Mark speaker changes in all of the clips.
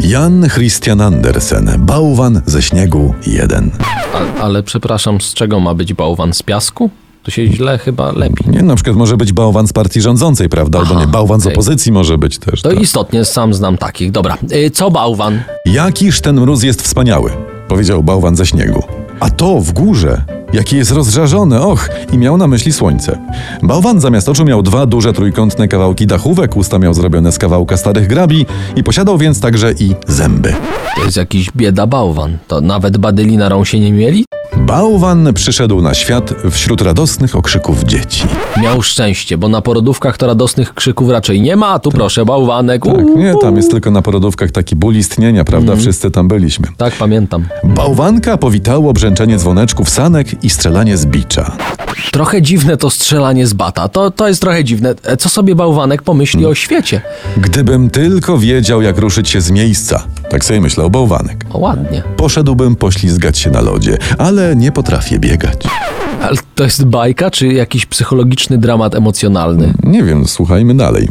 Speaker 1: Jan Christian Andersen, Bałwan ze śniegu 1.
Speaker 2: A, ale przepraszam, z czego ma być bałwan? Z piasku? To się źle chyba lepi.
Speaker 1: Nie, na przykład może być bałwan z partii rządzącej, prawda? Albo
Speaker 2: Aha,
Speaker 1: nie, bałwan z
Speaker 2: okej.
Speaker 1: opozycji może być też.
Speaker 2: To
Speaker 1: tak.
Speaker 2: istotnie, sam znam takich. Dobra, y, co bałwan?
Speaker 1: Jakiż ten mróz jest wspaniały, powiedział bałwan ze śniegu. A to w górze, jakie jest rozżarzone, och, i miał na myśli słońce. Bałwan zamiast oczu miał dwa duże trójkątne kawałki dachówek, usta miał zrobione z kawałka starych grabi i posiadał więc także i zęby.
Speaker 2: To jest jakiś bieda bałwan. To nawet badyli na rąsie nie mieli?
Speaker 1: Bałwan przyszedł na świat wśród radosnych okrzyków dzieci.
Speaker 2: Miał szczęście, bo na porodówkach to radosnych krzyków raczej nie ma, a tu proszę, bałwanek.
Speaker 1: Tak,
Speaker 2: Uuu.
Speaker 1: nie, tam jest tylko na porodówkach taki ból istnienia, prawda? Wszyscy tam byliśmy.
Speaker 2: tak, pamiętam.
Speaker 1: Bałwanka powitało brzęczenie dzwoneczków sanek i strzelanie z bicza.
Speaker 2: Trochę dziwne to strzelanie z bata. To, to jest trochę dziwne. E, Co sobie bałwanek pomyśli o świecie?
Speaker 1: Gdybym tylko wiedział, jak ruszyć się z miejsca, tak sobie myślał bałwanek.
Speaker 2: O, No ładnie.
Speaker 1: Poszedłbym poślizgać się na lodzie, ale nie potrafię biegać.
Speaker 2: Ale to jest bajka, czy jakiś psychologiczny dramat emocjonalny?
Speaker 1: Nie wiem, słuchajmy dalej.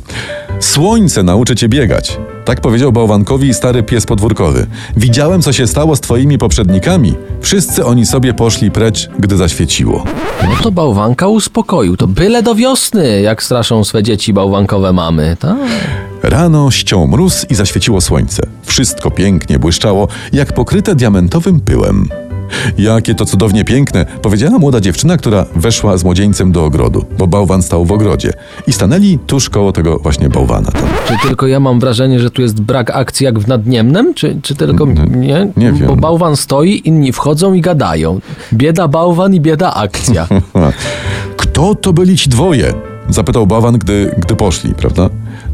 Speaker 1: Słońce nauczy cię biegać. Tak powiedział bałwankowi stary pies podwórkowy. Widziałem, co się stało z twoimi poprzednikami. Wszyscy oni sobie poszli precz, gdy zaświeciło.
Speaker 2: No to bałwanka uspokoił. To byle do wiosny, jak straszą swe dzieci bałwankowe mamy. Tak.
Speaker 1: Rano ściął mróz i zaświeciło słońce. Wszystko pięknie błyszczało, jak pokryte diamentowym pyłem. Jakie to cudownie piękne, powiedziała młoda dziewczyna, która weszła z młodzieńcem do ogrodu, bo bałwan stał w ogrodzie. I stanęli tuż koło tego właśnie bałwana. Tam.
Speaker 2: Czy tylko ja mam wrażenie, że tu jest brak akcji jak w Nadniemnem? Czy, czy tylko mnie?
Speaker 1: Mm, nie wiem.
Speaker 2: Bo bałwan stoi, inni wchodzą i gadają. Bieda bałwan i bieda akcja.
Speaker 1: Kto to byli ci dwoje? Zapytał bałwan, gdy, gdy poszli, prawda?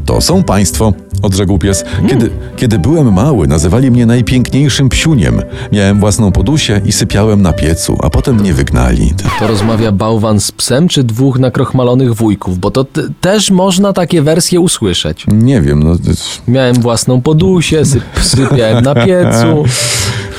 Speaker 1: To są państwo, odrzekł pies. Kiedy, kiedy byłem mały, nazywali mnie najpiękniejszym psiuniem. Miałem własną podusię i sypiałem na piecu, a potem mnie wygnali.
Speaker 2: To rozmawia bałwan z psem, czy dwóch nakrochmalonych wujków? Bo to t- też można takie wersje usłyszeć.
Speaker 1: Nie wiem, no. y-
Speaker 2: Miałem własną podusię, syp, sypiałem na piecu.
Speaker 1: Tak.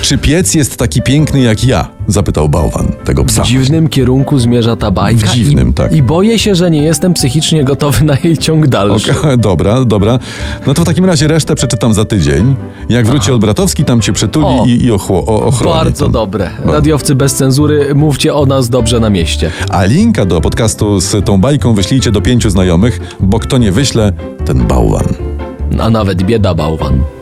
Speaker 1: Czy piec jest taki piękny jak ja? Zapytał bałwan tego
Speaker 2: W
Speaker 1: psa.
Speaker 2: dziwnym kierunku zmierza ta bajka.
Speaker 1: W dziwnym,
Speaker 2: i,
Speaker 1: tak.
Speaker 2: I boję się, że nie jestem psychicznie gotowy na jej ciąg dalszy.
Speaker 1: Okej, Dobra, dobra. No to w takim razie resztę przeczytam za tydzień. Jak wróci od Bratowski, tam cię przytuli
Speaker 2: O.
Speaker 1: i, i ochło, o, ochroni.
Speaker 2: Bardzo
Speaker 1: tam.
Speaker 2: dobre. Radiowcy bez cenzury, mówcie o nas dobrze na mieście.
Speaker 1: A linka do podcastu z tą bajką wyślijcie do pięciu znajomych, bo kto nie wyśle, ten bałwan.
Speaker 2: A nawet bieda bałwan.